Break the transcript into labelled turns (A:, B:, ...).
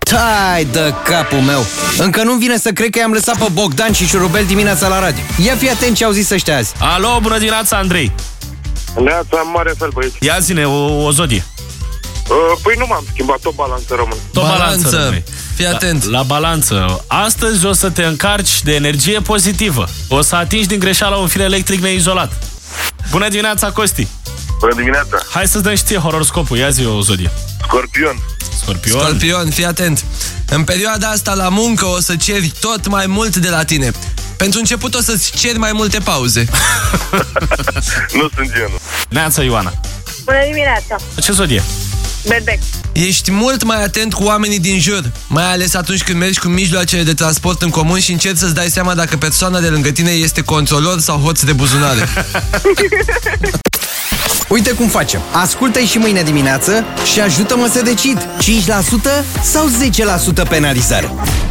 A: Tai de capul meu! Încă nu-mi vine să cred că i-am lăsat pe Bogdan și Șurubel dimineața la radio. Ia fi atent ce au zis ăștia azi.
B: Alo, bună dimineața, Andrei.
C: Neața, mare fel, băieți.
B: Ia zine o, o zodie.
C: Uh, Păi nu m-am schimbat, tot balanță rămân.
B: Tot Da. balanță.
D: Balanță.
B: domnule.
D: Fii atent.
B: La, la balanță. Astăzi o să te încarci de energie pozitivă. O să atingi din greșeală un fir electric neizolat. Bună dimineața, Costi.
C: Bună dimineața.
B: Hai să-ți dăm și ție horoscopul. Ia zi o zodie.
C: Scorpion.
B: Scorpion.
D: Scorpion, fii atent. În perioada asta la muncă o să ceri tot mai mult de la tine. Pentru început o să-ți ceri mai multe pauze.
C: Nu sunt genul.
B: Neața, Ioana.
E: Bună dimineața!
B: Ce zodie?
E: Berbec!
D: Ești mult mai atent cu oamenii din jur, mai ales atunci când mergi cu mijloacele de transport în comun și încerci să-ți dai seama dacă persoana de lângă tine este controlor sau hoț de buzunare.
A: Uite cum facem. Ascultă-i și mâine dimineață și ajută-mă să decid. 5% sau 10% penalizare?